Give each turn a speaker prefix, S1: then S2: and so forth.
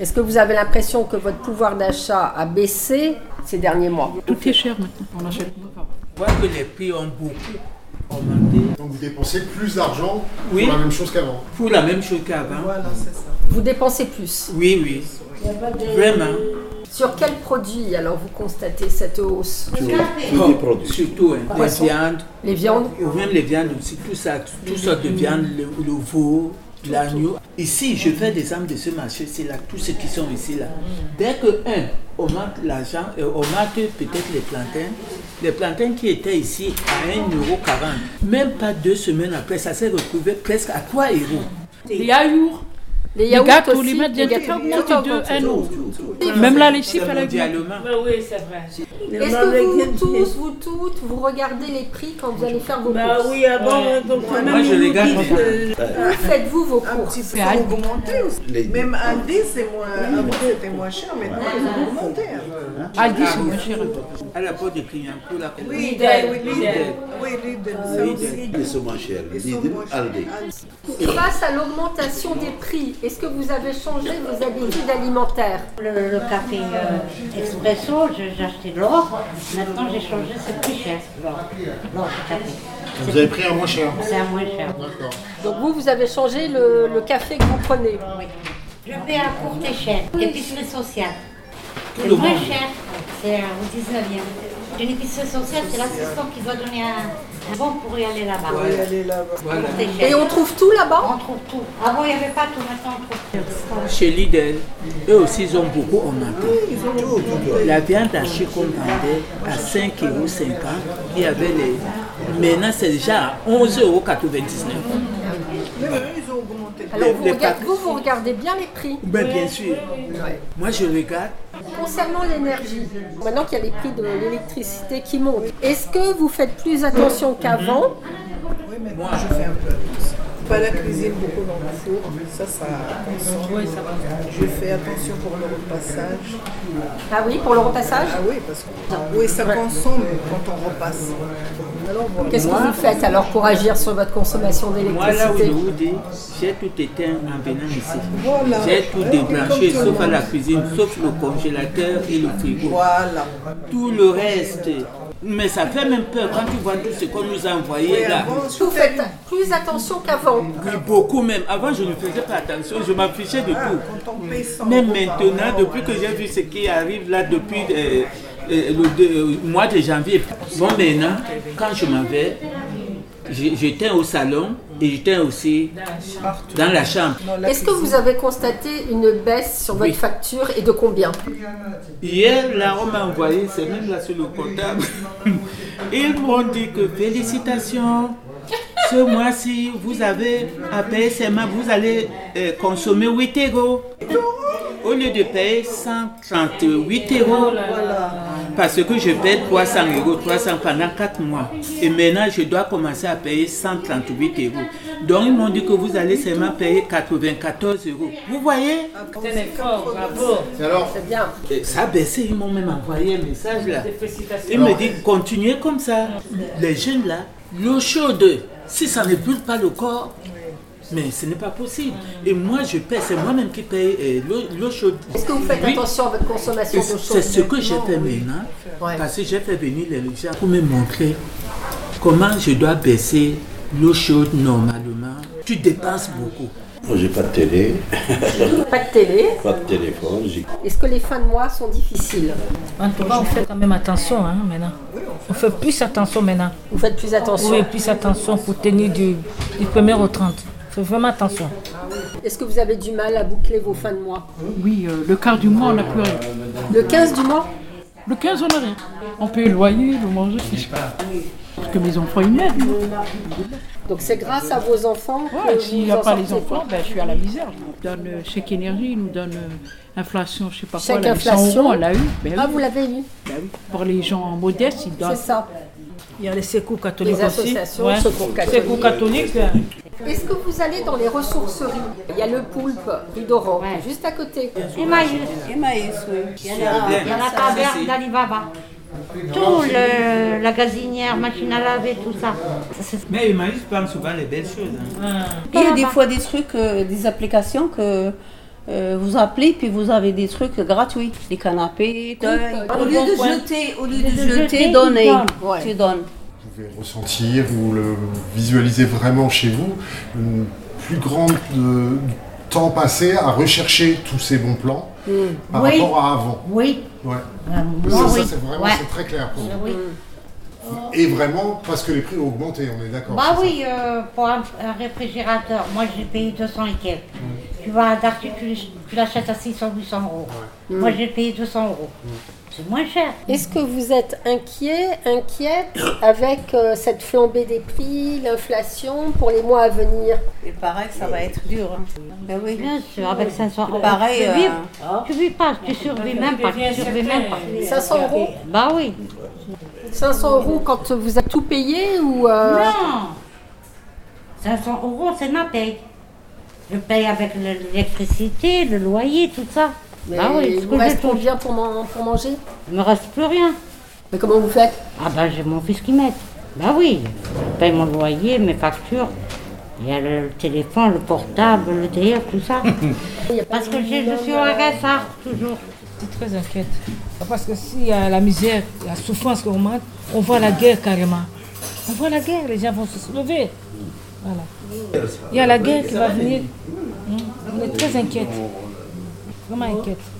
S1: Est-ce que vous avez l'impression que votre pouvoir d'achat a baissé ces derniers mois
S2: Tout est cher maintenant, on n'achète pas.
S3: On voit que les prix ont beaucoup augmenté
S4: Donc vous dépensez plus d'argent
S3: Oui.
S4: pour la même chose qu'avant.
S3: pour la même chose qu'avant.
S1: Vous dépensez plus.
S3: Oui, oui, vraiment.
S1: Sur quel produit alors vous constatez cette hausse
S5: sur, sur des
S3: Bon,
S5: produits.
S3: Surtout hein, les
S1: Poisson.
S3: viandes,
S1: Les viandes
S3: ou même les viandes aussi, tout ça, toutes sortes de viandes, le, le veau, l'agneau. Ici, je fais des âmes de ce marché-ci là, tous ceux qui sont ici là. Dès que, un, on marque l'argent, euh, on marque peut-être les plantains. Les plantains qui étaient ici à 1,40€, même pas deux semaines après, ça s'est retrouvé presque à 3 euros.
S2: Les yaourts,
S1: Les
S2: les
S1: yaourts
S2: gâteaux,
S1: aussi,
S2: les mètres,
S1: les
S2: les
S1: gâteaux, tout
S2: gâteaux,
S1: augmenté.
S2: de 1 euro. Même là, les chiffres,
S3: C'est
S2: elle a
S3: mondialement.
S6: Bah oui, c'est vrai.
S1: Est-ce que vous tous, vous toutes, vous regardez les prix quand vous allez faire vos
S6: Bah
S1: courses
S6: oui, euh, avant, donc, quand
S3: Moi,
S6: même,
S3: je les garde.
S1: Où faites-vous vos
S7: Un
S1: courses
S7: euh, petit peu ça a augmenté aussi.
S5: Les-
S7: Même un dé, c'est moins, avant, c'était moins cher, maintenant ils ont augmenté. hein.
S2: Aldi, c'est moins cher.
S3: À la porte de Clignancourt, là.
S7: Oui,
S6: Lidl,
S7: oui,
S6: Lidl.
S7: Lidel. Oui, Lidl, ça
S3: Lidl.
S7: aussi.
S5: Ils sont moins chers.
S7: Ils sont
S5: Lidl,
S7: moins chers.
S5: Aldi.
S1: Face à l'augmentation des prix, est-ce que vous avez changé vos habitudes alimentaires
S8: Le, le café euh, expresso, je- j'ai acheté de l'or. Maintenant, j'ai changé, c'est plus cher. L'or, l'or du café.
S4: Vous avez pris un moins cher.
S8: C'est à moins cher.
S4: D'accord.
S1: Donc vous, vous avez changé le, le café que vous prenez.
S6: Ah
S8: Je paie à court échelle, épicerie sociale. C'est
S3: le
S8: moins
S3: monde.
S8: cher. C'est à- au 19e. Une épicerie sociale, c'est l'assistant qui doit donner un, un bon pour y aller là-bas.
S7: Oui, elle est là-bas.
S3: Voilà.
S8: Courte échelle.
S1: Et on trouve tout là-bas
S8: On trouve tout. Avant, il n'y avait pas tout, maintenant, on trouve tout.
S3: Chez Lidl, eux aussi, ils ont beaucoup augmenté. La viande hachée qu'on vendait à 5,50 euros, il y avait les. Maintenant, c'est déjà à 11,99 euros.
S7: Même eux, ils ont augmenté.
S1: Alors vous,
S3: Les
S1: regardez-
S3: pâtes.
S1: vous, vous regardez bien les prix.
S3: Mais Ben, bien sûr, moi je regarde,
S1: Concernant l'énergie, maintenant qu'il y a les prix de l'électricité qui montent, est-ce que vous faites plus attention qu'avant
S7: Oui, maintenant je fais un peu attention. Pas la cuisine beaucoup dans le four, ça, ça consomme. Je fais attention pour le repassage.
S1: Ah oui, pour le repassage
S7: Ah oui, parce que oui, ça consomme quand on repasse. Alors voilà.
S1: Qu'est-ce que vous faites alors pour agir sur votre consommation
S3: moi là où je
S1: d'électricité
S3: vous dis, j'ai tout éteint en venant ici.
S7: Voilà.
S3: J'ai tout débranché,
S7: Comme tout le
S3: sauf à la
S7: monde.
S3: cuisine, sauf le congélateur et le frigo.
S7: Voilà.
S3: Tout le reste. Mais ça fait même peur quand tu vois tout ce qu'on nous a envoyé
S7: Et
S3: là.
S7: avant, je
S1: Vous
S7: fais
S1: faites plus attention qu'avant.
S3: Oui, beaucoup même. Avant, je ne faisais pas attention, je m'affichais de
S7: Ah,
S3: tout.
S7: quand on paye cent
S3: Mais
S7: euros par
S3: maintenant,
S7: mois,
S3: depuis que j'ai vu ce qui arrive là depuis euh, euh, le deux- euh, mois de janvier, bon maintenant, quand je m'en vais, je- j'étais au salon et j'étais aussi dans la chambre.
S1: Est-ce que vous avez constaté une baisse sur votre
S3: Oui.
S1: facture et de combien
S3: Hier, là, on m'a envoyé, c'est même là sur le comptable. Ils m'ont dit que félicitations, ce mois-ci, vous avez à payer seulement, vous allez euh, consommer 8 euros. Au lieu de payer 138 euros, parce que je paye 300 euros, 300 pendant 4 mois. Et maintenant, je dois commencer à payer 138 euros. Donc, ils m'ont dit que vous allez seulement payer 94 euros. Vous voyez
S6: C'est un effort, bravo.
S4: Et alors,
S1: C'est bien.
S3: et Ça a baissé, ils m'ont même envoyé un message là.
S6: Félicitations.
S3: Ils me disent, continuez comme ça. Les jeunes là, l'eau chaude, si ça ne brûle pas le corps, mais ce n'est pas possible. Et moi je paie, c'est moi-même qui paye euh, l'eau- l'eau chaude.
S1: Est-ce que vous faites
S3: Oui.
S1: attention à votre consommation
S3: Et
S1: de choses
S3: C'est ce que j'ai fait maintenant,
S1: Ouais.
S3: parce que j'ai fait venir les gens pour me montrer comment je dois baisser l'eau chaude normalement. Tu dépenses beaucoup.
S5: Moi, j'ai pas de télé,
S1: Pas de télé.
S5: pas de téléphone. j'ai-
S1: Est-ce que les fins de mois sont difficiles
S9: En tout cas, on fait quand même attention hein, maintenant. On fait plus attention maintenant.
S1: Vous faites plus attention.
S9: Oui, plus attention pour tenir du, du 1er au 30. On fait vraiment attention.
S1: Est-ce que vous avez du mal à boucler vos fins de mois
S2: Oui, euh, le quart du mois, on n'a plus rien.
S1: Le 15 du mois
S2: Le 15, on n'a rien. On paye le loyer, le manger. Parce que mes enfants, ils m'aident.
S1: Donc c'est grâce à vos enfants que
S2: Ouais, s'il n'y a
S1: vous en
S2: pas les
S1: sortez
S2: enfants, ben, je suis à la misère. Ils nous donnent euh, chèque énergie, ils nous donnent euh, inflation, je ne sais pas quoi.
S1: Chèque
S2: là, les 100
S1: inflation.
S2: euros, on l'a eu. Ben
S1: Ah,
S2: oui,
S1: vous l'avez eu,
S2: ben oui. Pour les gens modestes, ils
S1: c'est
S2: donnent.
S1: ça.
S9: Il y a les secours catholiques
S1: Les
S9: aussi.
S1: associations, secours catholiques.
S9: Secours catholiques, euh,
S1: Est-ce que vous allez dans les ressourceries Il y a le poulpe, rue d'Oran,
S8: Ouais.
S1: juste à côté.
S8: Emmaüs,
S7: Emmaüs, oui.
S8: il y en a, il y en a pas vers d'Alibaba. Tout le, la gazinière, machine à laver, tout ça. Ça, c'est-
S3: Mais ils m'arrivent pas souvent les belles choses. hein.
S6: Il y a des fois des trucs, euh, des applications que
S10: euh, vous appelez, puis vous avez des trucs gratuits, des euh, canapés, deuil,
S1: Au
S10: le
S1: lieu
S10: bon
S1: de
S10: coin.
S1: jeter,
S10: au
S1: lieu de jeter,
S10: jeter,
S1: il
S10: donner,
S1: donne. Ouais.
S10: tu donnes.
S4: Vous pouvez ressentir, vous le visualisez vraiment chez vous, une plus grande euh, temps passé à rechercher tous ces bons plans par
S10: Oui.
S4: rapport à avant.
S10: Oui,
S4: Ouais.
S10: Ah,
S4: Ça,
S10: moi,
S4: ça,
S10: oui.
S4: c'est vraiment
S10: Ouais.
S4: c'est très clair pour vous.
S10: oui.
S4: Et vraiment parce que les prix ont augmenté, on est d'accord.
S11: Oh,
S10: Bah
S4: c'est
S10: oui, euh, pour un, un réfrigérateur, moi j'ai payé 200 et quelques. Tu vas à Darty, tu, tu l'achètes à 600, 800 euros.
S11: Mm.
S10: Moi j'ai payé 200 euros. C'est moins cher.
S1: Est-ce que vous êtes inquiet, inquiète avec euh, cette flambée des prix, l'inflation pour les mois à venir
S11: Il paraît que ça va être dur. hein. Ben oui.
S10: Bien sûr, avec 500 euros.
S11: Pareil,
S10: tu,
S11: euh, Ah.
S10: vis, tu vis pas, tu survis même pas, tu survis même pas.
S1: 500 euros
S10: Bah oui.
S1: 500 euros quand vous avez tout payé ou euh,
S10: Non 500 euros, c'est ma paye. Je paye avec le- l'électricité, le loyer, tout ça.
S1: mais
S2: Ah
S10: bah oui,
S1: il
S10: ce
S1: vous
S10: que je
S1: reste
S10: touche.
S1: combien pour, man- pour manger
S10: Il me reste plus rien.
S1: Mais comment vous faites
S10: Ah ben j'ai mon fils qui m'aide. Bah oui, je paye mon loyer, mes factures. Il y a le téléphone, le portable, le DR, tout ça. Parce que j'ai- je suis au
S1: euh,
S10: RSA, toujours.
S9: Je suis très inquiète. Parce que s'il y a la misère, la souffrance qu'on augmente, on voit la guerre carrément. On voit la guerre, les gens vont se soulever. Voilà. Hum. Il y a la guerre qui va venir. Hmm. On est très inquiète. Vraiment inquiète.